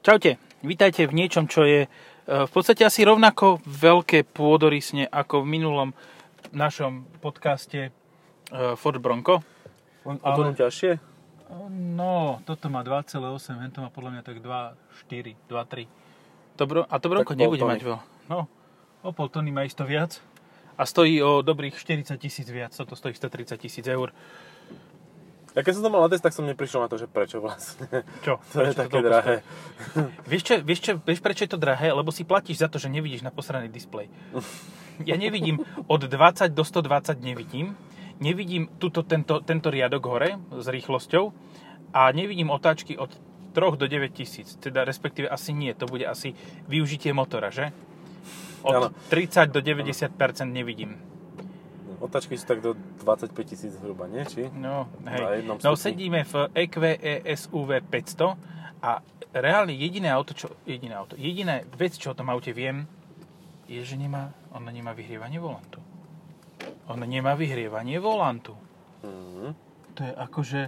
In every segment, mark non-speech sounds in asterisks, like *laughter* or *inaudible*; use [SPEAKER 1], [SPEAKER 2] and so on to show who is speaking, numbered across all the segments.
[SPEAKER 1] Čaute, vítajte v niečom, čo je e, v podstate asi rovnako veľké pôdorysne ako v minulom našom podcaste e, Ford Bronco.
[SPEAKER 2] On, a to ťažšie?
[SPEAKER 1] No, toto má 2,8, hento má podľa mňa tak 2,4, 2,3. To bro, a to Bronco
[SPEAKER 2] pol
[SPEAKER 1] nebude
[SPEAKER 2] tony.
[SPEAKER 1] mať veľa. No, o pol tony má isto viac a stojí o dobrých 40 tisíc viac, toto stojí 130 tisíc eur.
[SPEAKER 2] Ja keď som to mal na test, tak som neprišiel na to, že prečo vlastne. *laughs*
[SPEAKER 1] Čo?
[SPEAKER 2] To je
[SPEAKER 1] Prečo
[SPEAKER 2] také
[SPEAKER 1] toľko
[SPEAKER 2] drahé.
[SPEAKER 1] Vieš, čo, vieš, čo, vieš prečo je to drahé? Lebo si platíš za to, že nevidíš na posraný displej. Ja nevidím od 20 do 120 nevidím. Nevidím tuto, tento, tento riadok hore s rýchlosťou a nevidím otáčky od 3 do 9 tisíc. Teda respektíve asi nie, to bude asi využitie motora, že? Od
[SPEAKER 2] Áno.
[SPEAKER 1] 30 do 90 nevidím.
[SPEAKER 2] Otačky sú tak do 25 tisíc hruba, nie? Či?
[SPEAKER 1] No,
[SPEAKER 2] Na
[SPEAKER 1] hej.
[SPEAKER 2] jednom
[SPEAKER 1] No
[SPEAKER 2] stupni.
[SPEAKER 1] sedíme v E EQE SUV 500 a reálne jediné auto, čo, jediné auto, jediné vec, čo o tom aute viem, je, že nemá, ono nemá vyhrievanie volantu. Ono nemá vyhrievanie volantu.
[SPEAKER 2] Mhm.
[SPEAKER 1] To je akože...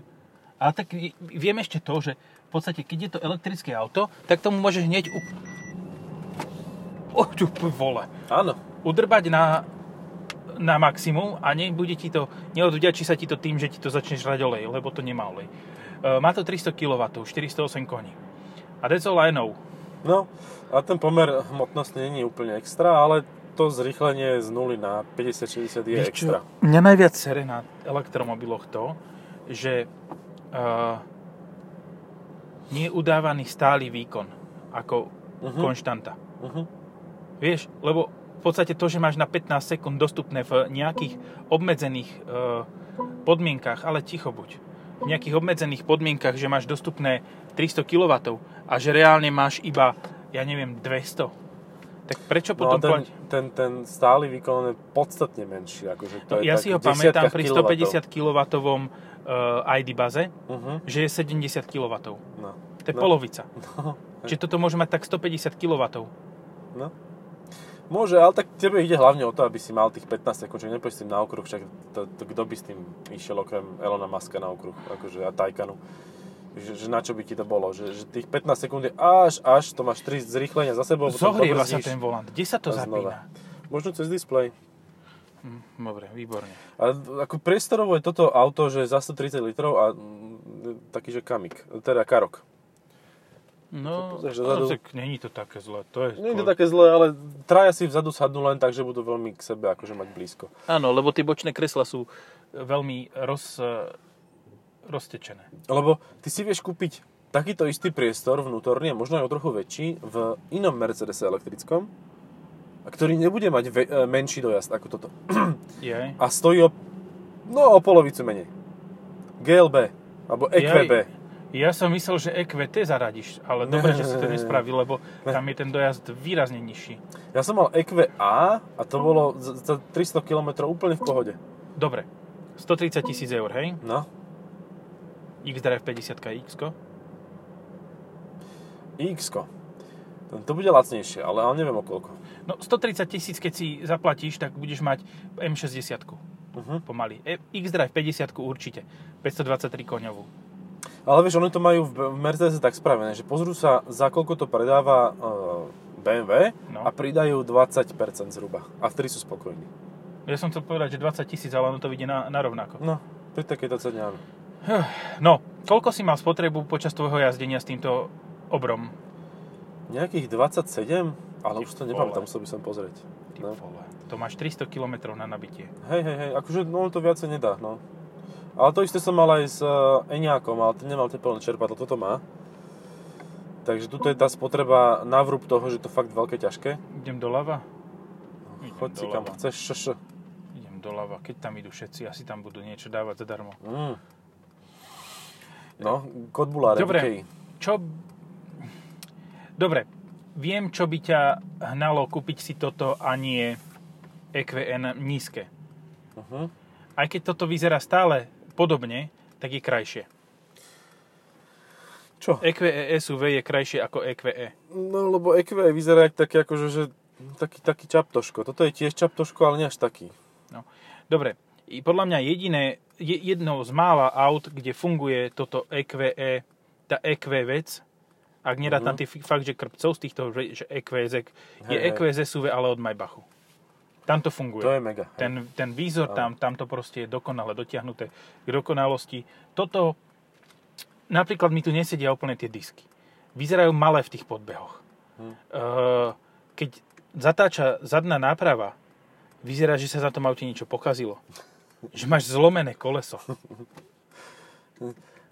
[SPEAKER 1] A tak i- viem ešte to, že v podstate, keď je to elektrické auto, tak tomu môžeš hneď up... Oh, tu p- vole
[SPEAKER 2] Áno.
[SPEAKER 1] udrbať na, na maximum a nebude ti to, neodvďačí sa ti to tým, že ti to začne žrať olej, lebo to nemá olej. E, má to 300 kW, 408 koní. A that's all I know.
[SPEAKER 2] No, a ten pomer hmotnosti není úplne extra, ale to zrýchlenie z 0 na 50-60 je
[SPEAKER 1] Vieš čo,
[SPEAKER 2] extra.
[SPEAKER 1] Mňa najviac sere na elektromobiloch to, že e, uh, nie je udávaný stály výkon ako
[SPEAKER 2] Mhm.
[SPEAKER 1] konštanta.
[SPEAKER 2] Mhm.
[SPEAKER 1] Vieš, lebo v podstate to, že máš na 15 sekúnd dostupné v nejakých obmedzených e, podmienkach, ale ticho buď, v nejakých obmedzených podmienkach, že máš dostupné 300 kW a že reálne máš iba, ja neviem, 200, tak prečo
[SPEAKER 2] No a
[SPEAKER 1] potom...
[SPEAKER 2] ten,
[SPEAKER 1] plať-
[SPEAKER 2] ten, ten stály výkon je podstatne menší. Akože
[SPEAKER 1] No,
[SPEAKER 2] to je
[SPEAKER 1] ja
[SPEAKER 2] tak
[SPEAKER 1] si ho
[SPEAKER 2] v desiatkách
[SPEAKER 1] pamätám pri
[SPEAKER 2] kilovatov.
[SPEAKER 1] 150 kW uh, ID baze,
[SPEAKER 2] Mhm.
[SPEAKER 1] že je 70 kW.
[SPEAKER 2] No. *laughs*
[SPEAKER 1] To je
[SPEAKER 2] No.
[SPEAKER 1] polovica.
[SPEAKER 2] No.
[SPEAKER 1] Čiže toto môže mať tak 150 kW.
[SPEAKER 2] No. Môže, ale tak tebe ide hlavne o to, aby si mal tých 15 sekúnd, že nepôjdeš s tým na okruh, však to, to, kto by s tým išiel okrem Elona Muska na okruh, akože a Taycanu. Že, že na čo by ti to bolo, že, že tých 15 sekúnd je až, až, to máš 3 zrýchlenia za sebou, potom
[SPEAKER 1] Zohrieva sa
[SPEAKER 2] dobrzdíš
[SPEAKER 1] ten volant. Kde sa to
[SPEAKER 2] a znova.
[SPEAKER 1] zapína?
[SPEAKER 2] Možno cez displej.
[SPEAKER 1] Hm, Dobre, výborne.
[SPEAKER 2] A ako priestorovo je toto auto, že za 130 litrov a mm, taký, že kamik, teda karok.
[SPEAKER 1] No,
[SPEAKER 2] pozrieš
[SPEAKER 1] no
[SPEAKER 2] dozadu.
[SPEAKER 1] tak není to také zlé. To je
[SPEAKER 2] Nie je to
[SPEAKER 1] skôr-
[SPEAKER 2] také zlé, ale traja si vzadu sadnú len tak, že budú veľmi k sebe akože mať blízko.
[SPEAKER 1] Áno, lebo tie bočné kresla sú veľmi roz, eh, roztečené.
[SPEAKER 2] Lebo ty si vieš kúpiť takýto istý priestor vnútorný a možno aj o trochu väčší v inom Mercedese elektrickom, a ktorý nebude mať ve- e, menší dojazd ako toto.
[SPEAKER 1] Je.
[SPEAKER 2] A stojí o, no, o polovicu menej. GLB, alebo E EQB.
[SPEAKER 1] Ja som myslel, že EQT zaradíš, ale
[SPEAKER 2] Ne.
[SPEAKER 1] dobre, že si to
[SPEAKER 2] *laughs*
[SPEAKER 1] nespravil, lebo tam je ten dojazd výrazne nižší.
[SPEAKER 2] Ja som mal EQA a to bolo za, za 300 km úplne v pohode.
[SPEAKER 1] Dobre, 130 tisíc eur, hej?
[SPEAKER 2] No,
[SPEAKER 1] X-Drive 50 X.
[SPEAKER 2] ix To bude lacnejšie, ale, ale neviem o koľko.
[SPEAKER 1] No 130 tisíc, keď si zaplatíš, tak budeš mať M60
[SPEAKER 2] Mhm.
[SPEAKER 1] pomaly. E- X-Drive 50 určite, 523 koňovú.
[SPEAKER 2] Ale vieš, oni to majú v v Mercedese tak spravené, že pozrú sa, za koľko to predáva e, BMW
[SPEAKER 1] No.
[SPEAKER 2] a pridajú 20% zhruba. A vtedy sú spokojní.
[SPEAKER 1] Ja som chcel povedať, že 20 tisíc, ale ono to vyjde na, na rovnako.
[SPEAKER 2] No, pri takejto cene áno.
[SPEAKER 1] No, koľko si mal spotrebu počas tvojho jazdenia s týmto obrom?
[SPEAKER 2] Nejakých 27, ale už to
[SPEAKER 1] Ty vole.
[SPEAKER 2] nepamätám, musel by som pozrieť.
[SPEAKER 1] Ty
[SPEAKER 2] No.
[SPEAKER 1] vole, to máš 300 km na nabitie.
[SPEAKER 2] Hej, hej, hej, akože no, to viacej nedá, no. Ale to isté som mal aj s e, Eňákom, ale ten nemal tepelné čerpadlo, toto má. Takže tuto je tá spotreba na vrúb toho, že to fakt veľké ťažké.
[SPEAKER 1] Idem doľava? Idem
[SPEAKER 2] Choď si kam
[SPEAKER 1] doľava.
[SPEAKER 2] chceš, šš.
[SPEAKER 1] Idem doľava, keď tam idú všetci, asi tam budú niečo dávať zadarmo.
[SPEAKER 2] Mm. No, kotbuláre,
[SPEAKER 1] Dobre.
[SPEAKER 2] Dobre.
[SPEAKER 1] Čo... Dobre, viem, čo by ťa hnalo kúpiť si toto a nie EQN nízke.
[SPEAKER 2] Uh-huh.
[SPEAKER 1] Aj keď toto vyzerá stále podobne, tak je krajšie. E
[SPEAKER 2] Čo?
[SPEAKER 1] EQE SUV je krajšie ako E EQE.
[SPEAKER 2] E- No, lebo EQE vyzerá jak taký, akože, že, taký, taký čaptoško. Toto je tiež čaptoško, ale nie až taký.
[SPEAKER 1] No. Dobre, i podľa mňa jediné, je E jednou z mála aut, kde funguje toto EQE, tá EQ E vec, Ak nerátam mm-hmm. tý fakt, že krpcov z týchto že, E že EQZ, je
[SPEAKER 2] Mhm.
[SPEAKER 1] E
[SPEAKER 2] Hej, hej.
[SPEAKER 1] EQZ SUV, ale od Maybachu. Tam to funguje.
[SPEAKER 2] To je mega. hej.
[SPEAKER 1] ten, ten výzor tam, tam to proste je dokonale dotiahnuté k dokonalosti. Toto, napríklad mi tu nesedia úplne tie disky. Vyzerajú malé v tých podbehoch.
[SPEAKER 2] Hm.
[SPEAKER 1] E, keď zatáča zadná náprava, vyzerá, že sa na tom aute niečo pokazilo. Že máš zlomené koleso.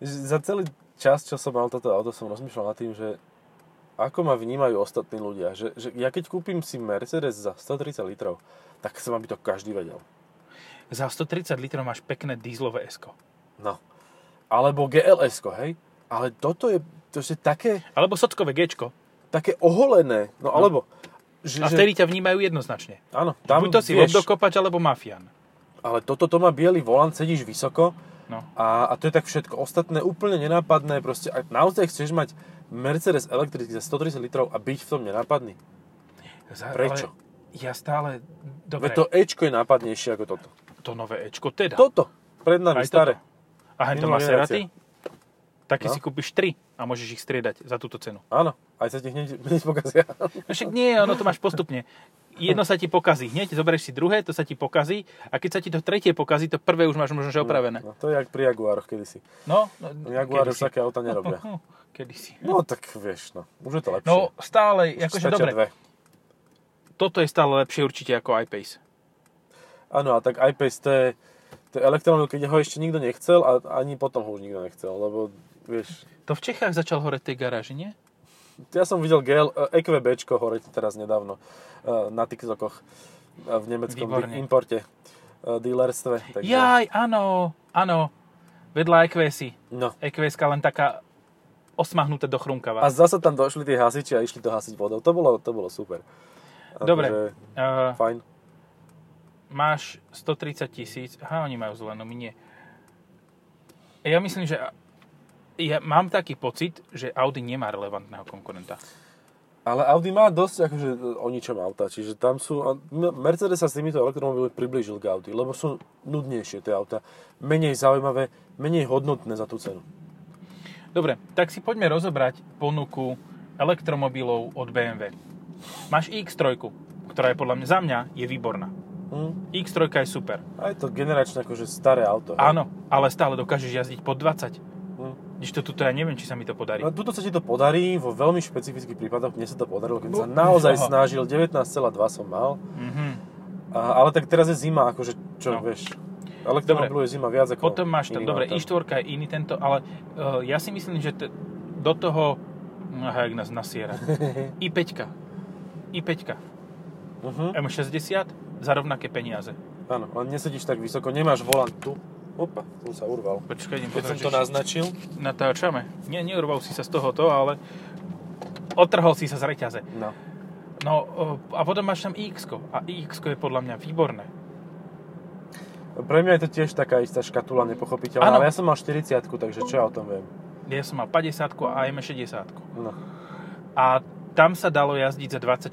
[SPEAKER 2] Za celý čas, čo som mal toto auto, som rozmýšľal nad tým, že ako ma vnímajú ostatní ľudia. Že, že ja keď kúpim si Mercedes za 130 litrov, tak chcem, aby to každý vedel.
[SPEAKER 1] Za 130 litrov máš pekné dízlové esko.
[SPEAKER 2] No. Alebo gls hej? Ale toto je, to je také,
[SPEAKER 1] Alebo sockové gečko.
[SPEAKER 2] také oholené. No alebo... Že,
[SPEAKER 1] A vtedy ťa vnímajú jednoznačne.
[SPEAKER 2] že, áno,
[SPEAKER 1] Tam,
[SPEAKER 2] tam
[SPEAKER 1] Buď to si
[SPEAKER 2] vieš,
[SPEAKER 1] vodokopať, alebo mafián.
[SPEAKER 2] ale toto to má biely volant, sedíš vysoko
[SPEAKER 1] No.
[SPEAKER 2] a, a to je tak všetko. Ostatné úplne nenápadné, proste ak naozaj chceš mať Mercedes elektrický za 130 litrov a byť v tom nenápadný.
[SPEAKER 1] Za-
[SPEAKER 2] Prečo?
[SPEAKER 1] Ale ja stále... Dobre,
[SPEAKER 2] Veď to Ečko je nápadnejšie ako toto.
[SPEAKER 1] to nové Ečko teda.
[SPEAKER 2] Toto, pred nami,
[SPEAKER 1] Aj
[SPEAKER 2] staré.
[SPEAKER 1] A hen to
[SPEAKER 2] Minulá
[SPEAKER 1] Maserati? Také
[SPEAKER 2] No.
[SPEAKER 1] no. si kúpiš 3 a môžeš ich striedať za túto cenu.
[SPEAKER 2] Áno, aj sa ti hneď, *laughs* hneď pokazia.
[SPEAKER 1] No však nie, ono to máš postupne. Jedno sa ti pokazí hneď, zoberieš si druhé, to sa ti pokazí a keď sa ti to tretie pokazí, to prvé už máš možno že opravené.
[SPEAKER 2] No, to je jak pri Jaguároch kedysi.
[SPEAKER 1] No, no
[SPEAKER 2] Jaguáre už
[SPEAKER 1] kedysi.
[SPEAKER 2] také auta nerobia.
[SPEAKER 1] Hm, kedysi.
[SPEAKER 2] No tak vieš, no. Už je to lepšie.
[SPEAKER 1] No stále,
[SPEAKER 2] Už
[SPEAKER 1] akože
[SPEAKER 2] stačia
[SPEAKER 1] dobre,
[SPEAKER 2] Dve.
[SPEAKER 1] toto je stále lepšie určite ako iPace.
[SPEAKER 2] Áno, a tak iPace to je, to je elektromobil, keď ho ešte nikto nechcel a ani potom ho už nikto nechcel, lebo vieš,
[SPEAKER 1] To v Čechách začal horeť tej garáži, nie?
[SPEAKER 2] ja som videl GL, e, EQBčko hore teraz nedávno e, na TikTokoch e, v nemeckom
[SPEAKER 1] Výborne.
[SPEAKER 2] di- importe, e, dealerstve. Takže,
[SPEAKER 1] Jaj, áno, áno. Vedľa E EQS-y.
[SPEAKER 2] No.
[SPEAKER 1] EQS E len taká osmahnutá do chrumkava.
[SPEAKER 2] A zasa tam došli tie hasiči a išli to hasiť vodou. To bolo, to bolo super.
[SPEAKER 1] Dobre.
[SPEAKER 2] Takže
[SPEAKER 1] Eh,
[SPEAKER 2] Fajn.
[SPEAKER 1] máš 130 tisíc, aha, oni majú zelenú, my nie. Ja myslím, že ja mám taký pocit, že Audi nemá relevantného konkurenta.
[SPEAKER 2] Ale Audi má dosť akože o ničom auta, čiže tam sú... a Mercedes sa s týmito elektromobilmi priblížil k Audi, lebo sú nudnejšie tie auta, menej zaujímavé, menej hodnotné za tú cenu.
[SPEAKER 1] Dobre, tak si poďme rozobrať ponuku elektromobilov od BMW. Máš X3, ktorá je podľa mňa, za mňa, je výborná.
[SPEAKER 2] Hm?
[SPEAKER 1] X3 je super.
[SPEAKER 2] A je to generačné akože staré auto. hej.
[SPEAKER 1] Áno, ale stále dokážeš jazdiť pod 20.
[SPEAKER 2] Hm.
[SPEAKER 1] Když to tuto ja neviem, či sa mi to podarí.
[SPEAKER 2] No tuto sa ti to podarí, vo veľmi špecifických prípadoch mne sa to podarilo, keď som sa
[SPEAKER 1] No,
[SPEAKER 2] naozaj
[SPEAKER 1] aha.
[SPEAKER 2] snažil, 19,2 som mal,
[SPEAKER 1] Mhm.
[SPEAKER 2] a, ale tak teraz je zima, akože čo,
[SPEAKER 1] No.
[SPEAKER 2] vieš, elektromobilu je zima viac ako...
[SPEAKER 1] Potom máš tam,
[SPEAKER 2] iným
[SPEAKER 1] dobre,
[SPEAKER 2] autám.
[SPEAKER 1] i4 je iný tento, ale uh, ja si myslím, že t- do toho, aha, jak nás
[SPEAKER 2] *laughs*
[SPEAKER 1] nasiera, i5, i5,
[SPEAKER 2] Mhm.
[SPEAKER 1] M60 za rovnaké peniaze.
[SPEAKER 2] Áno, ale nesedíš tak vysoko, nemáš volant tu. Opa, som sa urval.
[SPEAKER 1] Počkaj, idem
[SPEAKER 2] Keď som
[SPEAKER 1] pozrieť,
[SPEAKER 2] to
[SPEAKER 1] či-
[SPEAKER 2] naznačil,
[SPEAKER 1] Natáčame. Nie, neurval si sa z tohoto, ale otrhol si sa z reťaze.
[SPEAKER 2] no.
[SPEAKER 1] No eh, a potom máš tam ix a ix je podľa mňa výborné.
[SPEAKER 2] Pre mňa je to tiež taká istá škatula nepochopiteľná,
[SPEAKER 1] Áno.
[SPEAKER 2] ale ja som mal 40 takže čo ja o tom viem?
[SPEAKER 1] Ja som mal 50 a M60.
[SPEAKER 2] No.
[SPEAKER 1] A tam sa dalo jazdiť za 24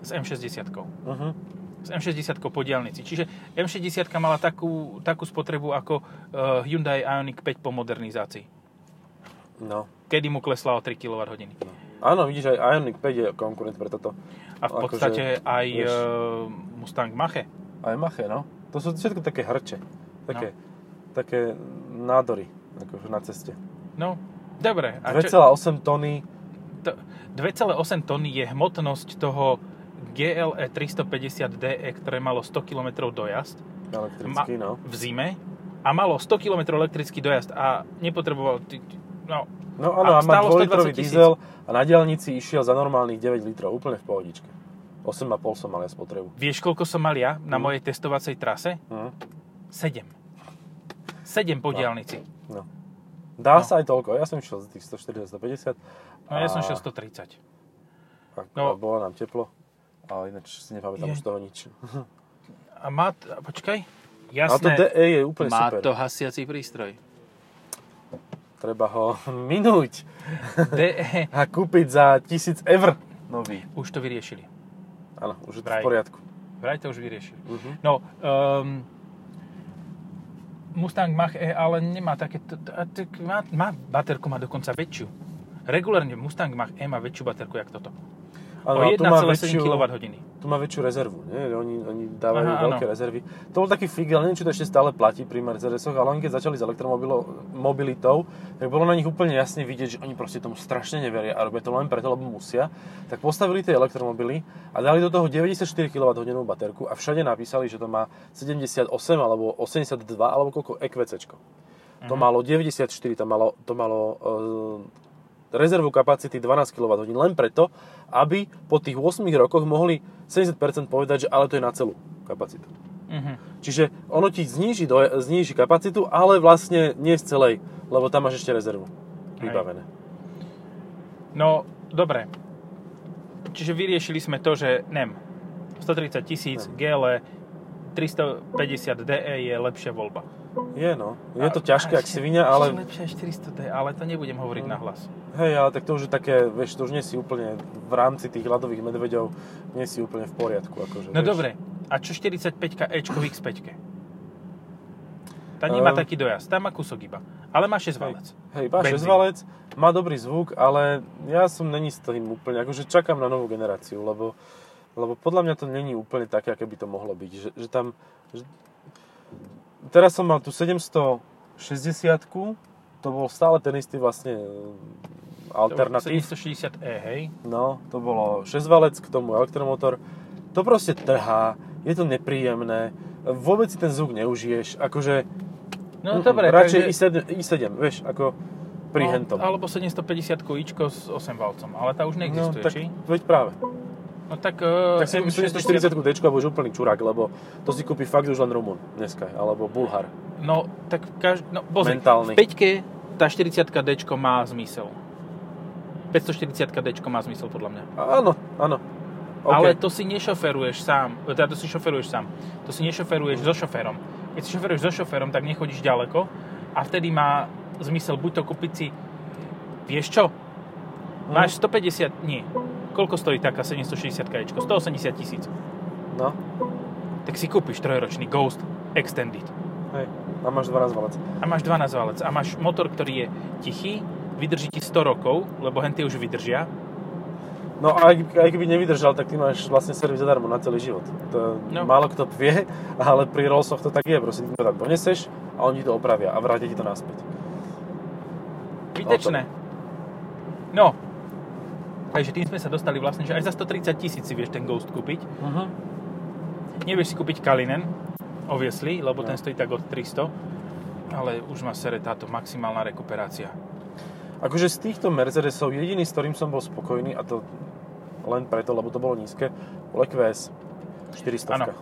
[SPEAKER 1] s M60. -kou.
[SPEAKER 2] Uh-huh.
[SPEAKER 1] s M60 po diálnici. Čiže M60 mala takú, takú spotrebu ako eh, Hyundai Ioniq 5 po modernizácii.
[SPEAKER 2] No.
[SPEAKER 1] Kedy mu klesla o 3 kWh.
[SPEAKER 2] Áno, vidíš, aj Ioniq 5 je konkurent pre toto.
[SPEAKER 1] A v
[SPEAKER 2] Akože,
[SPEAKER 1] podstate aj
[SPEAKER 2] vieš.
[SPEAKER 1] eh, Mustang Mache.
[SPEAKER 2] Aj Mache, no. To sú všetko také hrče. Také, také nádory akože na ceste.
[SPEAKER 1] No, dobre. A čo-
[SPEAKER 2] 2,8 tony,
[SPEAKER 1] to- 2,8 tony je hmotnosť toho GLE 350DE, ktoré malo 100 km dojazd
[SPEAKER 2] elektrický, no.
[SPEAKER 1] v zime a malo 100 km elektrický dojazd a nepotreboval... ty- ty- No,
[SPEAKER 2] No áno,
[SPEAKER 1] A
[SPEAKER 2] a, má
[SPEAKER 1] stálo
[SPEAKER 2] 2-litrový
[SPEAKER 1] 120 000.
[SPEAKER 2] diesel a na diálnici išiel za normálnych 9 litrov, úplne v pohodičke. 8,5 som mal ja spotrebu.
[SPEAKER 1] vieš, koľko som mal ja na
[SPEAKER 2] Mm.
[SPEAKER 1] mojej testovacej trase?
[SPEAKER 2] Mhm.
[SPEAKER 1] 7. 7 po
[SPEAKER 2] No.
[SPEAKER 1] diálnici.
[SPEAKER 2] Dá
[SPEAKER 1] No.
[SPEAKER 2] sa aj toľko, ja som išiel z tých 140-150.
[SPEAKER 1] No ja som
[SPEAKER 2] A-
[SPEAKER 1] šiel 130.
[SPEAKER 2] Ako,
[SPEAKER 1] No.
[SPEAKER 2] Bolo nám teplo, ale ináč si
[SPEAKER 1] Je.
[SPEAKER 2] nepamätám už z toho nič.
[SPEAKER 1] A má... t- a Počkaj.
[SPEAKER 2] Ale to
[SPEAKER 1] Jasné.
[SPEAKER 2] DE je úplne
[SPEAKER 1] má
[SPEAKER 2] super.
[SPEAKER 1] to hasiací prístroj.
[SPEAKER 2] Treba ho *laughs* minúť
[SPEAKER 1] DE.
[SPEAKER 2] a kúpiť za 1000 eur nový.
[SPEAKER 1] *laughs* Už to vyriešili.
[SPEAKER 2] Áno, už je to
[SPEAKER 1] Vraj.
[SPEAKER 2] v poriadku.
[SPEAKER 1] Vraj to už vyriešili.
[SPEAKER 2] Mhm.
[SPEAKER 1] No, um, E, Mustang Mach-E ale nemá také... t- t- a tak Má, má, baterku má dokonca väčšiu. Regulárne Mustang Mach E má väčšiu baterku, jak toto. o
[SPEAKER 2] Áno, a tu má
[SPEAKER 1] 1,7
[SPEAKER 2] väčšiu-
[SPEAKER 1] kWh.
[SPEAKER 2] tu má väčšiu rezervu, nie? Oni, oni dávajú
[SPEAKER 1] Aha,
[SPEAKER 2] Aha, veľké
[SPEAKER 1] áno.
[SPEAKER 2] rezervy. To bol taký fík, ale neviem, či to ešte stále platí pri Mercedesoch, ale oni keď začali s elektromobilitou, tak bolo na nich úplne jasne vidieť, že oni proste tomu strašne neveria a robia to len preto, lebo musia. Tak postavili tie elektromobily a dali do toho 94 kWh baterku a všade napísali, že to má 78 alebo 82 alebo koľko E EQC.
[SPEAKER 1] Mhm.
[SPEAKER 2] To malo 94, to malo, to malo e, rezervu kapacity 12 kWh len preto, aby po tých 8 rokoch mohli 70% povedať, že ale to je na celú kapacitu.
[SPEAKER 1] Uh-huh.
[SPEAKER 2] Čiže ono ti zníži, do, zníži kapacitu, ale vlastne nie z celej, lebo tam máš ešte rezervu vybavené.
[SPEAKER 1] No, dobre. Čiže vyriešili sme to, že NEM 130 tisíc, GL 350 DE E je lepšia voľba.
[SPEAKER 2] Je no, je to
[SPEAKER 1] A-
[SPEAKER 2] ťažké,
[SPEAKER 1] a
[SPEAKER 2] ak
[SPEAKER 1] ešte-
[SPEAKER 2] svinia,
[SPEAKER 1] ešte
[SPEAKER 2] ale No.
[SPEAKER 1] Lepšia je 400 DE, ale to nebudem hovoriť na hlas.
[SPEAKER 2] hej, ale tak to už je také, vieš, to už nie si úplne v rámci tých ľadových medveďov, nie si úplne v poriadku. Akože,
[SPEAKER 1] No
[SPEAKER 2] vieš.
[SPEAKER 1] dobre, a čo 45 Ečko
[SPEAKER 2] *clears throat*
[SPEAKER 1] v X5? Tá nemá
[SPEAKER 2] Ehm.
[SPEAKER 1] taký dojazd, tam má kúsok iba. Ale má 6 valec.
[SPEAKER 2] Hej, má
[SPEAKER 1] Benzín.
[SPEAKER 2] šesťvalec, má dobrý zvuk, ale ja som není s tým úplne, akože čakám na novú generáciu, lebo, lebo podľa mňa to není úplne také, aké by to mohlo byť, že, že tam... Že... Teraz som mal tu 760 to bol stále ten istý vlastne e, alternatív.
[SPEAKER 1] 760E, E, hej?
[SPEAKER 2] No, to bolo 6-valec, k tomu elektromotor. To proste trhá, je to nepríjemné, vôbec si ten zvuk neužiješ, akože...
[SPEAKER 1] No
[SPEAKER 2] mm,
[SPEAKER 1] dobre,
[SPEAKER 2] radšej
[SPEAKER 1] takže-
[SPEAKER 2] i7, i7, vieš, ako pri
[SPEAKER 1] no,
[SPEAKER 2] hentom.
[SPEAKER 1] Alebo 750 Ičko s 8 valcom, ale tá už neexistuje,
[SPEAKER 2] No, tak,
[SPEAKER 1] či?
[SPEAKER 2] Veď práve.
[SPEAKER 1] No tak... Uh,
[SPEAKER 2] Tak si myslím, že 40 d budeš úplný čurák, lebo to si kúpi fakt už len Rumun dneska, alebo Bulhar.
[SPEAKER 1] No, tak každý... No, pozri,
[SPEAKER 2] Mentálny.
[SPEAKER 1] v peťke tá 40 d má zmysel. 540 d má zmysel, podľa mňa.
[SPEAKER 2] Áno, áno.
[SPEAKER 1] Okay. Ale to si nešoferuješ sám, teda to si šoferuješ sám. To si nešoferuješ so šoférom. Keď si šoferuješ so šoférom, tak nechodíš ďaleko a vtedy má zmysel buď to kúpiť si, vieš čo, máš 150, nie, koľko stojí taká 760 karičko? 180 tisíc.
[SPEAKER 2] No,
[SPEAKER 1] Tak si kúpiš trojročný Ghost Extended.
[SPEAKER 2] hej. A máš 12 valec.
[SPEAKER 1] a máš 12 valec a máš motor, ktorý je tichý, vydrží ti 100 rokov, lebo henty už vydržia.
[SPEAKER 2] No a aj, aj keby nevydržal, tak ty máš vlastne servis zadarmo na celý život. To
[SPEAKER 1] No.
[SPEAKER 2] no. málo kto vie, *laughs* ale pri Rollsoch to tak je. Proste ty to tam doneseš a oni to opravia a vrátia ti to naspäť.
[SPEAKER 1] Vitečné. No, takže tým sme sa dostali vlastne, že aj za 130 tisíc si vieš ten Ghost kúpiť.
[SPEAKER 2] Uh-huh.
[SPEAKER 1] Nevieš si kúpiť Kalinen, obviously, lebo
[SPEAKER 2] No.
[SPEAKER 1] ten stojí tak od 300 ale už ma sere táto maximálna rekuperácia.
[SPEAKER 2] Akože z týchto Mercedesov jediný, s ktorým som bol spokojný, a to len preto, lebo to bolo nízke, bol E EQS 400.
[SPEAKER 1] Áno.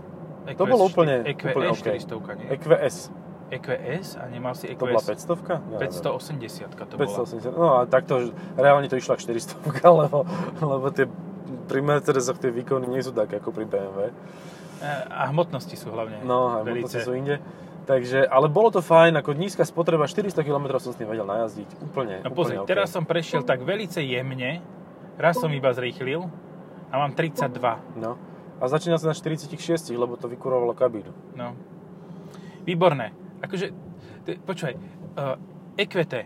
[SPEAKER 1] EQS,
[SPEAKER 2] To bolo úplne-
[SPEAKER 1] EQS
[SPEAKER 2] úplne OK.
[SPEAKER 1] 400, nie?
[SPEAKER 2] E EQS.
[SPEAKER 1] EQS a nemal si E EQS
[SPEAKER 2] To bola 500?
[SPEAKER 1] 580 to bola.
[SPEAKER 2] 580. No a takto, že reálne to išlo k 400, *laughs* lebo, lebo tie pri Mercedesoch tie výkony nie sú také ako pri BMW.
[SPEAKER 1] E, A hmotnosti sú hlavne
[SPEAKER 2] No, aj
[SPEAKER 1] velice.
[SPEAKER 2] motorce sú inde. Takže, ale bolo to fajn, ako nízka spotreba, 400 km som s tým vedel najazdiť, úplne,
[SPEAKER 1] No
[SPEAKER 2] úplne
[SPEAKER 1] pozri,
[SPEAKER 2] OK.
[SPEAKER 1] teraz som prešiel tak velice jemne, raz som iba zrýchlil a mám 32.
[SPEAKER 2] No. A začínal som na 46, lebo to vykurovalo kabínu.
[SPEAKER 1] No. Výborné. Akože, t- počúvaj, uh, EQT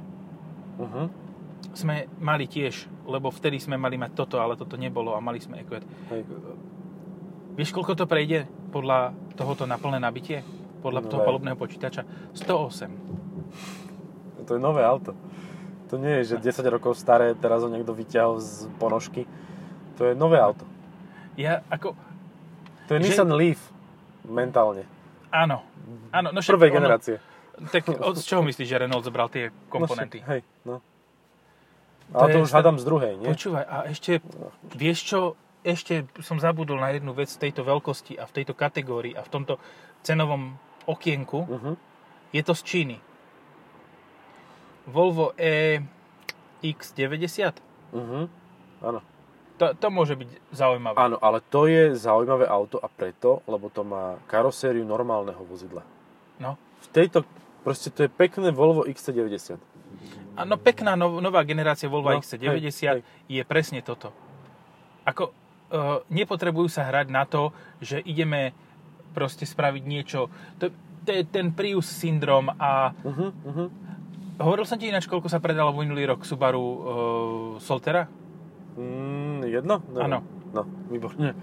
[SPEAKER 2] Uh-huh.
[SPEAKER 1] sme mali tiež, lebo vtedy sme mali mať toto, ale toto nebolo a mali sme EQT.
[SPEAKER 2] Hej.
[SPEAKER 1] Vieš, koľko to prejde podľa tohoto na plné nabitie? Podľa
[SPEAKER 2] No,
[SPEAKER 1] toho
[SPEAKER 2] hej.
[SPEAKER 1] palubného počítača? 108.
[SPEAKER 2] To je nové auto. To nie je, že 10 rokov staré, teraz ho niekto vyťahol z ponožky. To je nové auto.
[SPEAKER 1] Ja ako...
[SPEAKER 2] To je
[SPEAKER 1] Že-
[SPEAKER 2] Nissan Leaf mentálne.
[SPEAKER 1] Áno. Áno, no však
[SPEAKER 2] Prvej
[SPEAKER 1] ono-
[SPEAKER 2] generácie.
[SPEAKER 1] Tak od z čoho myslíš, že Renault zobral tie komponenty?
[SPEAKER 2] No, však, hej, no.
[SPEAKER 1] To
[SPEAKER 2] Ale to,
[SPEAKER 1] je
[SPEAKER 2] už
[SPEAKER 1] sta-
[SPEAKER 2] hádam z druhej, nie?
[SPEAKER 1] Počúvaj, a ešte, vieš čo, ešte som zabudol na jednu vec v tejto veľkosti a v tejto kategórii a v tomto cenovom okienku.
[SPEAKER 2] Uh-huh.
[SPEAKER 1] Je to z Číny. Volvo E EX90.
[SPEAKER 2] Uh-huh. Áno.
[SPEAKER 1] To, to môže byť zaujímavé.
[SPEAKER 2] Áno, ale to je zaujímavé auto a preto, lebo to má karosériu normálneho vozidla.
[SPEAKER 1] No.
[SPEAKER 2] V tejto, proste to je pekné Volvo XC90.
[SPEAKER 1] A no pekná nov, nová generácia Volvo
[SPEAKER 2] No,
[SPEAKER 1] XC90
[SPEAKER 2] hej, hej.
[SPEAKER 1] je presne toto. Ako uh, nepotrebujú sa hrať na to, že ideme proste spraviť niečo. To, to je ten Prius syndrom a
[SPEAKER 2] Mhm, Uh-huh, uh-huh.
[SPEAKER 1] Hovoril som ti ináč, koľko sa predalo minulý rok Subaru uh, Soltera
[SPEAKER 2] Mm, jedno? Neviem.
[SPEAKER 1] Áno.
[SPEAKER 2] No, výborne.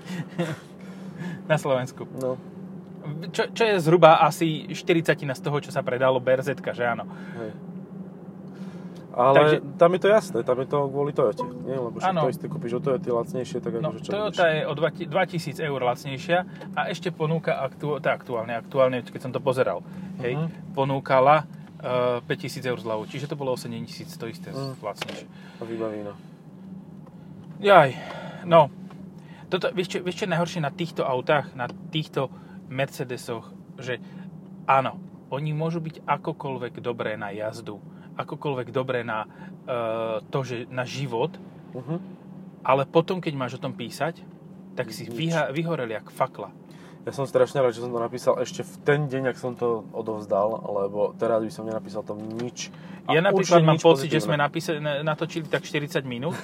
[SPEAKER 1] na Slovensku.
[SPEAKER 2] No,
[SPEAKER 1] Čo, čo je zhruba asi 40 z toho, čo sa predalo BRZ, že áno.
[SPEAKER 2] hej. Ale Takže...
[SPEAKER 1] Takže-
[SPEAKER 2] tam je to jasné, tam je to kvôli Toyote. Nie, lebo však
[SPEAKER 1] Áno.
[SPEAKER 2] to isté kúpiš od Toyoty lacnejšie, tak
[SPEAKER 1] No,
[SPEAKER 2] akože čo
[SPEAKER 1] Toyota je o 2000 2000 eur lacnejšia a ešte ponúka, aktu, tá aktuálne, aktuálne, keď som to pozeral, hej,
[SPEAKER 2] Mhm.
[SPEAKER 1] ponúkala uh, 5000 eur zľavu, čiže to bolo 7000, to isté
[SPEAKER 2] Mm.
[SPEAKER 1] lacnejšie.
[SPEAKER 2] A vybaví, no.
[SPEAKER 1] Jaj, no, toto, vieš, čo, vieš, čo je najhoršie na týchto autách, na týchto Mercedesoch, že áno, oni môžu byť akokoľvek dobré na jazdu, akokoľvek dobré na uh, to, že na život,
[SPEAKER 2] Uh-huh.
[SPEAKER 1] ale potom, keď máš o tom písať, tak si
[SPEAKER 2] Nič.
[SPEAKER 1] vyha- vyhoreli jak fakla.
[SPEAKER 2] Ja som strašne rád, že som to napísal ešte v ten deň, ak som to odovzdal, lebo teraz by som nenapísal tam nič.
[SPEAKER 1] Ja napríklad
[SPEAKER 2] určite
[SPEAKER 1] mám
[SPEAKER 2] nič
[SPEAKER 1] pocit, že sme
[SPEAKER 2] pozitívne.
[SPEAKER 1] napísa- na- natočili tak 40 minút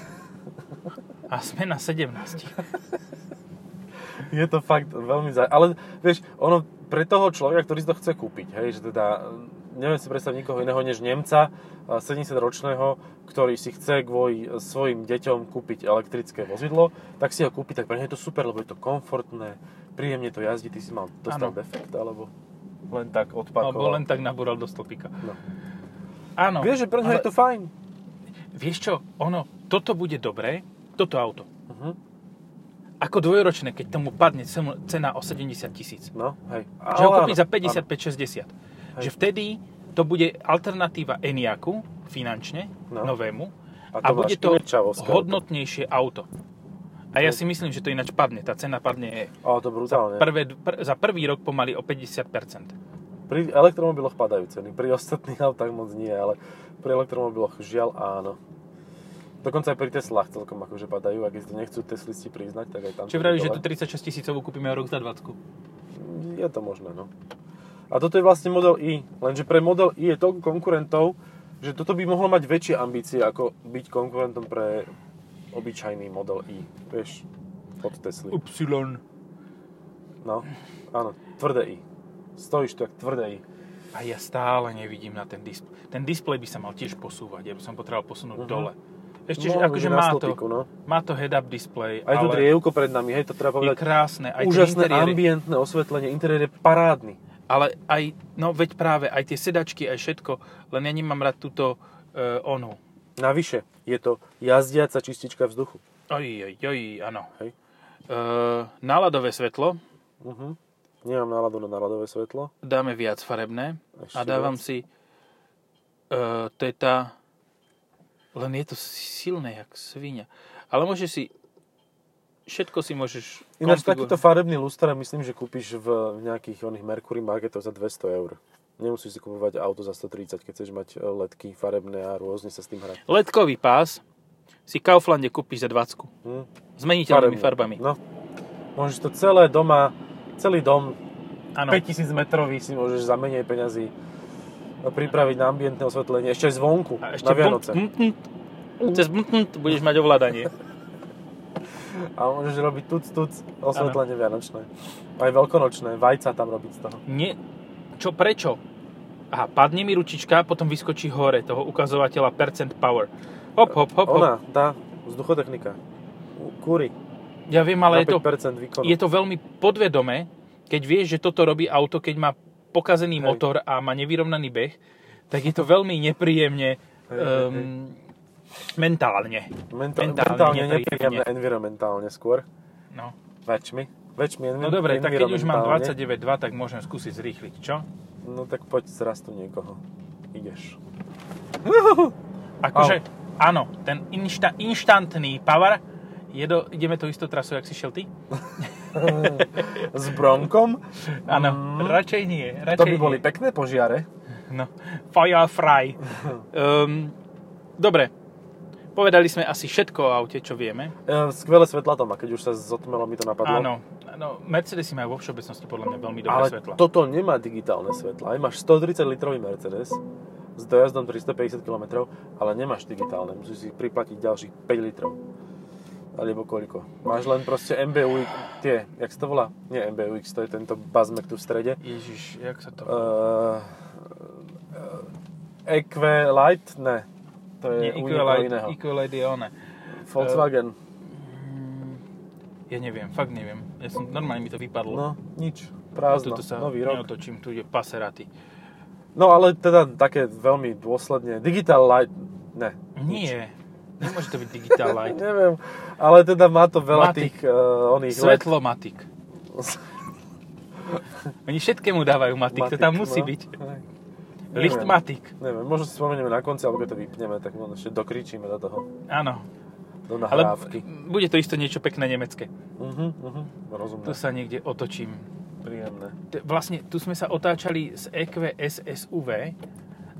[SPEAKER 1] a sme na 17.
[SPEAKER 2] Je to fakt veľmi zaujímavé. Ale vieš, ono pre toho človeka, ktorý si to chce kúpiť, hej, že teda mm, neviem si predstaviť nikoho iného než Nemca, a 70-ročného, ktorý si chce kvôli e, svojim deťom kúpiť elektrické vozidlo, tak si ho kúpi, tak pre neho je to super, lebo je to komfortné, príjemne to jazdí, ty si mal dostal
[SPEAKER 1] Áno.
[SPEAKER 2] defekt, alebo len tak
[SPEAKER 1] Alebo
[SPEAKER 2] odpakoval.
[SPEAKER 1] len tak nabúral do stĺpika.
[SPEAKER 2] No.
[SPEAKER 1] Áno.
[SPEAKER 2] Vieš, že pre neho
[SPEAKER 1] ale
[SPEAKER 2] je to fajn.
[SPEAKER 1] Vieš čo, ono, toto bude dobré, toto auto.
[SPEAKER 2] Mhm.
[SPEAKER 1] Ako dvojročné, keď tomu padne cenu- cena o 70 tisíc.
[SPEAKER 2] No, hej.
[SPEAKER 1] Že ho
[SPEAKER 2] Ale
[SPEAKER 1] kúpi
[SPEAKER 2] áno,
[SPEAKER 1] za
[SPEAKER 2] áno.
[SPEAKER 1] 55-60. Že vtedy to bude alternatíva Eniaku, finančne,
[SPEAKER 2] No.
[SPEAKER 1] novému.
[SPEAKER 2] A
[SPEAKER 1] A,
[SPEAKER 2] to bola
[SPEAKER 1] bude to
[SPEAKER 2] škvrčavoská auto.
[SPEAKER 1] hodnotnejšie auto. A ja si myslím, že to ináč padne. Tá cena padne
[SPEAKER 2] Ale to brutálne.
[SPEAKER 1] prvé, pr- za prvý rok pomaly o 50%.
[SPEAKER 2] Pri elektromobiloch padajú ceny, pri ostatných autách moc nie, ale pri elektromobiloch žiaľ áno. Dokonca aj pri Teslách celkom akože padajú, ak si to nechcú Teslisti priznať, tak aj tam...
[SPEAKER 1] Čiže vravíš, že tu 36 tisícovú kúpime o rok za 20.
[SPEAKER 2] Je to možné, no. A toto je vlastne model I, lenže pre model I je toľko konkurentov, že toto by mohlo mať väčšie ambície, ako byť konkurentom pre obyčajný model I, vieš, od Tesly.
[SPEAKER 1] Y.
[SPEAKER 2] No, áno, tvrdé I. Stojíš tu jak tvrdé I.
[SPEAKER 1] A ja stále nevidím na ten displej. Ten displej by sa mal tiež posúvať. Ja by som potreboval posunúť
[SPEAKER 2] Mhm.
[SPEAKER 1] dole. Ešte, že
[SPEAKER 2] No,
[SPEAKER 1] akože
[SPEAKER 2] na
[SPEAKER 1] má
[SPEAKER 2] stĺpiku,
[SPEAKER 1] to,
[SPEAKER 2] no.
[SPEAKER 1] má to head-up displej,
[SPEAKER 2] Aj to
[SPEAKER 1] ale
[SPEAKER 2] drievko pred nami, hej, to treba
[SPEAKER 1] je
[SPEAKER 2] povedať.
[SPEAKER 1] krásne. Aj tie
[SPEAKER 2] Úžasné
[SPEAKER 1] interiéry.
[SPEAKER 2] ambientné osvetlenie, interiér je parádny.
[SPEAKER 1] Ale aj, no veď práve, aj tie sedačky, aj všetko, len ja nemám rád túto e, onu.
[SPEAKER 2] Navyše, je to jazdiaca čistička vzduchu.
[SPEAKER 1] Oj, oj, oj, áno.
[SPEAKER 2] Hej.
[SPEAKER 1] E, náladové svetlo, Mhm.
[SPEAKER 2] Uh-huh. Nemám náladu na náladové svetlo.
[SPEAKER 1] dáme viac farebné
[SPEAKER 2] Ešte
[SPEAKER 1] a dávam
[SPEAKER 2] viac.
[SPEAKER 1] si, e, to je tá, len je to silné, jak svinia. Ale môžeš si, všetko si môžeš
[SPEAKER 2] Ináč
[SPEAKER 1] konfigurovať.
[SPEAKER 2] takýto farebný luster myslím, že kúpiš v nejakých oných Mercury marketoch za 200 eur. Nemusíš si kupovať auto za 130, keď chceš mať e, ledky farebné a rôzne sa s tým hrať.
[SPEAKER 1] Ledkový pás si v Kauflande kúpiš za 20
[SPEAKER 2] Hm?
[SPEAKER 1] s meniteľnými
[SPEAKER 2] Farebné.
[SPEAKER 1] farbami.
[SPEAKER 2] No. Môžeš to celé doma, celý dom,
[SPEAKER 1] Áno.
[SPEAKER 2] 5000 metrový si môžeš za menej peňazí pripraviť na ambientné osvetlenie, ešte aj zvonku,
[SPEAKER 1] A ešte hm?
[SPEAKER 2] na Vianoce.
[SPEAKER 1] bum- bum- bum- cez bum- bum- budeš mať ovládanie.
[SPEAKER 2] A môžeš robiť tuc, tuc, osvetlenie vianočné. Aj veľkonočné, vajca tam robiť z toho.
[SPEAKER 1] Nie. Čo, prečo? Aha, padne mi ručička, potom vyskočí hore toho ukazovateľa percent power. Hop, hop, hop, hop.
[SPEAKER 2] Ona, tá vzduchotechnika. U- Kúri,
[SPEAKER 1] Ja viem, ale
[SPEAKER 2] na
[SPEAKER 1] je to,
[SPEAKER 2] 5% výkonu.
[SPEAKER 1] je to veľmi podvedomé, keď vieš, že toto robí auto, keď má pokazený
[SPEAKER 2] Hej.
[SPEAKER 1] motor a má nevyrovnaný beh, tak je to veľmi nepríjemne
[SPEAKER 2] Hej, hej,
[SPEAKER 1] um, mentálne.
[SPEAKER 2] Menta-
[SPEAKER 1] mentálne
[SPEAKER 2] mentálne
[SPEAKER 1] nepríjemne.
[SPEAKER 2] nepríjemné, environmentálne skôr.
[SPEAKER 1] No,
[SPEAKER 2] Väčšmi. Väčšmi
[SPEAKER 1] no
[SPEAKER 2] envi-
[SPEAKER 1] dobre, tak keď už mám
[SPEAKER 2] environmentálne.
[SPEAKER 1] 29.2, tak môžem skúsiť zrýchliť, čo?
[SPEAKER 2] No tak poď zrastu niekoho. Ideš.
[SPEAKER 1] Akože, áno, ten inšta, inštantný power, je do, ideme to istou trasou, jak si šiel ty?
[SPEAKER 2] S bronkom?
[SPEAKER 1] Áno,
[SPEAKER 2] Mm.
[SPEAKER 1] radšej nie. Radšej
[SPEAKER 2] To by
[SPEAKER 1] nie.
[SPEAKER 2] boli pekné požiare.
[SPEAKER 1] No, fire
[SPEAKER 2] *laughs*
[SPEAKER 1] fry. um, dobre, povedali sme asi všetko o aute, čo vieme.
[SPEAKER 2] E, Skvelé svetla to má, keď už sa zotmelo mi to napadlo.
[SPEAKER 1] Áno, áno, Mercedesy majú vo všeobecnosti podľa mňa veľmi dobré
[SPEAKER 2] Ale
[SPEAKER 1] svetla.
[SPEAKER 2] toto nemá digitálne svetla. Aj máš 130 litrový Mercedes s dojazdom 350 km, ale nemáš digitálne. Musíš si priplatiť ďalších 5 litrov. Alebo koľko. Máš len proste MBU, tie, jak sa to volá? Nie MBUX, to je tento bazmek tu v strede.
[SPEAKER 1] Ježiš, jak sa to...
[SPEAKER 2] Uh, Equelite? Ne. To je
[SPEAKER 1] Nie, uh,
[SPEAKER 2] u niekoho
[SPEAKER 1] Equalite,
[SPEAKER 2] iného.
[SPEAKER 1] Equalite je one.
[SPEAKER 2] Volkswagen.
[SPEAKER 1] Mm, Ja neviem, fakt neviem. Ja som, normálne mi to vypadlo.
[SPEAKER 2] No, nič. Prázdno.
[SPEAKER 1] Tuto sa
[SPEAKER 2] Nový rok.
[SPEAKER 1] neotočím, tu je Passerati.
[SPEAKER 2] No ale teda také veľmi dôsledne. Digital Light, ne. nič.
[SPEAKER 1] Nie, nemôže to byť
[SPEAKER 2] *laughs*
[SPEAKER 1] Digital Light.
[SPEAKER 2] Neviem, ale teda má to veľa
[SPEAKER 1] Matic.
[SPEAKER 2] tých uh, oných
[SPEAKER 1] Svetlomatik. Oni všetkému dávajú matik, to tam musí byť. Lichtmatik,
[SPEAKER 2] no. Neviem, možno si spomenieme na konci, alebo keď to vypneme, tak možno ešte dokričíme do toho,
[SPEAKER 1] áno.
[SPEAKER 2] do
[SPEAKER 1] Ale
[SPEAKER 2] nahrávky.
[SPEAKER 1] bude to isto niečo pekné nemecké.
[SPEAKER 2] Mhm, mhm, rozumné,
[SPEAKER 1] Tu sa niekde otočím.
[SPEAKER 2] príjemné.
[SPEAKER 1] T- Vlastne tu sme sa otáčali z E EQS SUV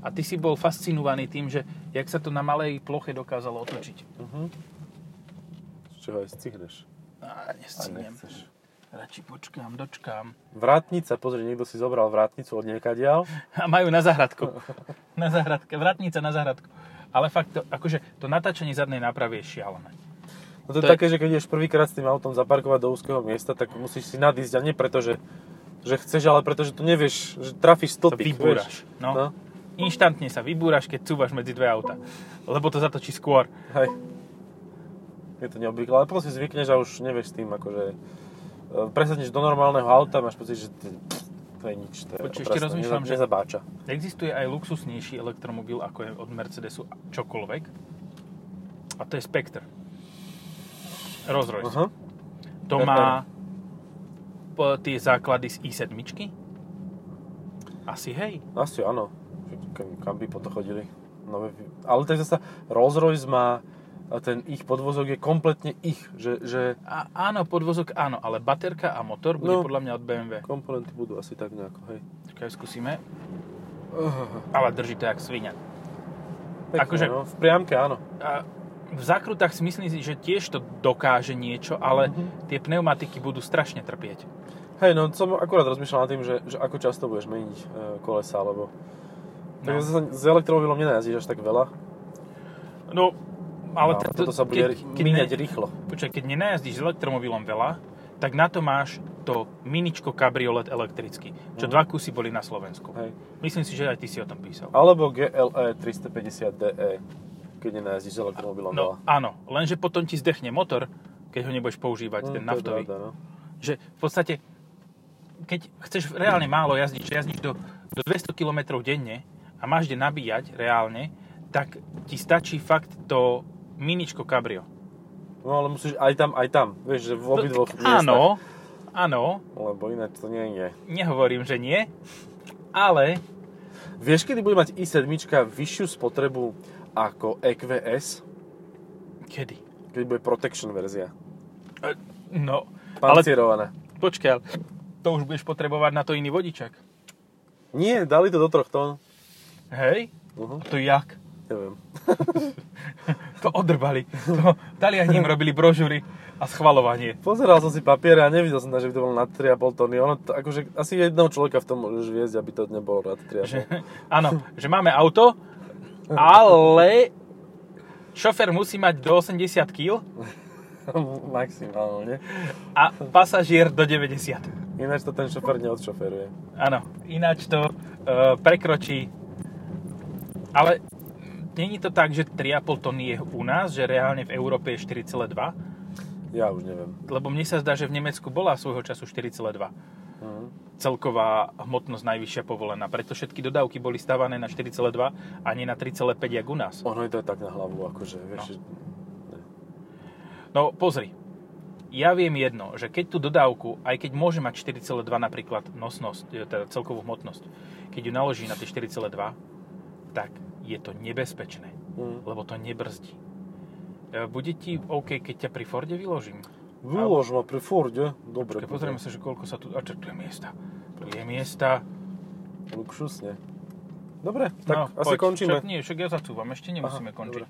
[SPEAKER 1] a ty si bol fascinovaný tým, že jak sa to na malej ploche dokázalo otočiť.
[SPEAKER 2] Mhm. Z čoho aj scihneš?
[SPEAKER 1] Á,
[SPEAKER 2] A
[SPEAKER 1] nescínem.
[SPEAKER 2] nechceš.
[SPEAKER 1] Radšej počkám, dočkám.
[SPEAKER 2] Vrátnica, pozri, niekto si zobral vrátnicu od niekadiaľ.
[SPEAKER 1] A majú na zahradku. Na zahradke, vratnica na zahradku. Ale fakt, to, akože to natáčanie zadnej nápravy je šialené.
[SPEAKER 2] No
[SPEAKER 1] To
[SPEAKER 2] to, je
[SPEAKER 1] je-
[SPEAKER 2] také, že keď ideš prvýkrát s tým autom zaparkovať do úzkeho miesta, tak musíš si nadísť a nie preto, že, že chceš, ale preto, že to nevieš, že trafíš
[SPEAKER 1] To
[SPEAKER 2] stĺpik. vieš.
[SPEAKER 1] vybúraš. No.
[SPEAKER 2] No,
[SPEAKER 1] Inštantne sa vybúraš, keď cúvaš medzi dve auta. Lebo to zatočí skôr.
[SPEAKER 2] hej. Je to neobvyklé, ale potom si zvykneš a už nevieš s tým, akože e, presadneš do normálneho auta, máš pocit, že to, to je nič. To je
[SPEAKER 1] Počuj, ešte
[SPEAKER 2] otrasné,
[SPEAKER 1] rozmýšľam,
[SPEAKER 2] neza-
[SPEAKER 1] že-
[SPEAKER 2] Nezabáča.
[SPEAKER 1] Existuje aj luxusnejší elektromobil, ako je od Mercedesu čokoľvek. A to je Spectre. Rolls Royce.
[SPEAKER 2] Aha.
[SPEAKER 1] To
[SPEAKER 2] Perfekt.
[SPEAKER 1] má po, tie základy z i7. Asi hej.
[SPEAKER 2] Asi áno. Kam, kam by potom chodili? No, ale tak zase Rolls Royce má a ten ich podvozok je kompletne ich, že, že
[SPEAKER 1] A, áno, podvozok áno, ale baterka a motor bude
[SPEAKER 2] No.
[SPEAKER 1] podľa mňa od BMW.
[SPEAKER 2] komponenty budú asi tak nejako, hej.
[SPEAKER 1] Čakaj, skúsime. Ale drží to jak svinia.
[SPEAKER 2] Pekne,
[SPEAKER 1] Akože-
[SPEAKER 2] no, v priamke áno.
[SPEAKER 1] A v zákrutách si myslím, že tiež to dokáže niečo, ale
[SPEAKER 2] Mhm.
[SPEAKER 1] tie pneumatiky budú strašne trpieť.
[SPEAKER 2] Hej, no som akurát rozmýšľal nad tým, že, že ako často budeš meniť e, kolesa, lebo no.
[SPEAKER 1] No,
[SPEAKER 2] zase s elektromobilom nenajazdíš až tak veľa.
[SPEAKER 1] no ale
[SPEAKER 2] Ale no, toto sa bude keď,
[SPEAKER 1] keď,
[SPEAKER 2] míňať
[SPEAKER 1] ne,
[SPEAKER 2] rýchlo.
[SPEAKER 1] počkaj, keď nenajazdíš s elektromobilom veľa, tak na to máš to miničko kabriolet elektrický, čo
[SPEAKER 2] Mhm.
[SPEAKER 1] dva kusy boli na Slovensku.
[SPEAKER 2] Hej.
[SPEAKER 1] Myslím si, že aj ty si o tom písal.
[SPEAKER 2] Alebo E GLE 350DE, E, keď nenajazdíš s elektromobilom veľa.
[SPEAKER 1] No áno, lenže potom ti zdechne motor, keď ho nebudeš používať, ten
[SPEAKER 2] to je
[SPEAKER 1] naftový.
[SPEAKER 2] pravda, no.
[SPEAKER 1] že v podstate, keď chceš reálne málo jazdiť, že jazdíš do, do 200 km denne a máš kde nabíjať reálne, tak ti stačí fakt to miničko cabrio.
[SPEAKER 2] no ale musíš aj tam, aj tam. Vieš, že v obidvoch
[SPEAKER 1] No, tak
[SPEAKER 2] miestach.
[SPEAKER 1] áno, áno,
[SPEAKER 2] Lebo ináč to nie je.
[SPEAKER 1] nehovorím, že nie, ale
[SPEAKER 2] Vieš, kedy bude mať i7 vyššiu spotrebu ako EQS?
[SPEAKER 1] kedy?
[SPEAKER 2] Keď bude protection verzia.
[SPEAKER 1] E, No, ale
[SPEAKER 2] Pancierovaná.
[SPEAKER 1] počkaj, ale to už budeš potrebovať na to iný vodičak.
[SPEAKER 2] Nie, dali to do troch tón.
[SPEAKER 1] Hej?
[SPEAKER 2] Uh-huh.
[SPEAKER 1] To jak?
[SPEAKER 2] Neviem.
[SPEAKER 1] To odrbali. To, Taliani im robili brožúry a schvalovanie.
[SPEAKER 2] Pozeral som si papiere a nevidel som, že by to bolo na 3,5 tony. Ono to, akože, asi jedného človeka v tom môžeš viesť, aby to nebolo na 3,5.
[SPEAKER 1] že, áno, že máme auto, ale šofer musí mať do 80 kg
[SPEAKER 2] *laughs* Maximálne.
[SPEAKER 1] a pasažier do 90.
[SPEAKER 2] Ináč to ten šofer neodšoferuje.
[SPEAKER 1] Áno, ináč to e, prekročí. Ale není to tak, že 3,5 tony je u nás, že reálne v Európe je 4,2,
[SPEAKER 2] Ja už neviem.
[SPEAKER 1] lebo mne sa zdá, že v Nemecku bola svojho času 4,2
[SPEAKER 2] Mhm.
[SPEAKER 1] celková hmotnosť najvyššia povolená, preto všetky dodávky boli stávané na 4,2 a nie na 3,5 jak u nás.
[SPEAKER 2] Ono je to aj tak na hlavu, akože, vieš,
[SPEAKER 1] No.
[SPEAKER 2] že...
[SPEAKER 1] No pozri, ja viem jedno, že keď tú dodávku, aj keď môže mať 4,2 napríklad nosnosť, e, teda celkovú hmotnosť, keď ju naloží na tie 4,2, tak je to nebezpečné,
[SPEAKER 2] Mm.
[SPEAKER 1] lebo to nebrzdí. E, Bude ti OK, keď ťa pri Forde vyložím?
[SPEAKER 2] Vylož ma pri Forde. Dobre.
[SPEAKER 1] Keď pozrieme sa, že koľko sa tu... A čo, tu je miesta. Tu je miesta.
[SPEAKER 2] Luxusne. Dobre, tak asi
[SPEAKER 1] No, poď.
[SPEAKER 2] končíme.
[SPEAKER 1] Však, nie, však ja zacúvam, ešte nemusíme
[SPEAKER 2] Aha,
[SPEAKER 1] končiť.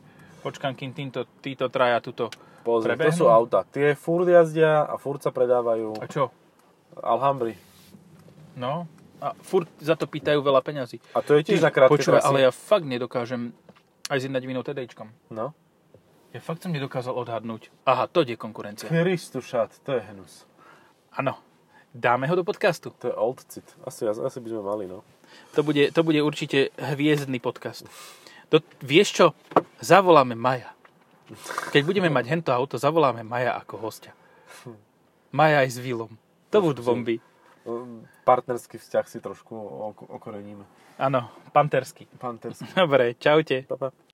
[SPEAKER 1] Počkám, kým týmto, títo traja tuto
[SPEAKER 2] Pozri, to
[SPEAKER 1] prebehnú.
[SPEAKER 2] sú auta. Tie furt jazdia a furt sa predávajú.
[SPEAKER 1] A čo?
[SPEAKER 2] Alhambry.
[SPEAKER 1] No, a furt za to pýtajú veľa peňazí.
[SPEAKER 2] A to je tiež na krátke
[SPEAKER 1] Počúvaj,
[SPEAKER 2] trasy.
[SPEAKER 1] ale ja fakt nedokážem aj s jednadivinou TDčkom.
[SPEAKER 2] No.
[SPEAKER 1] Ja fakt som nedokázal odhadnúť. Aha, to je konkurencia.
[SPEAKER 2] Kristušat, to je hnus.
[SPEAKER 1] Áno. Dáme ho do podcastu.
[SPEAKER 2] To je old cit. Asi, asi by sme mali, no.
[SPEAKER 1] To bude, to bude určite hviezdny podcast. To, vieš čo? Zavoláme Maja. Keď budeme mať hento auto, zavoláme Maja ako hostia. Maja aj s Vilom. To budú bomby.
[SPEAKER 2] Partnerský vzťah si trošku ok- okoreníme.
[SPEAKER 1] Áno, pantersky.
[SPEAKER 2] Panterský.
[SPEAKER 1] Dobre, čaute.
[SPEAKER 2] Pa, pa.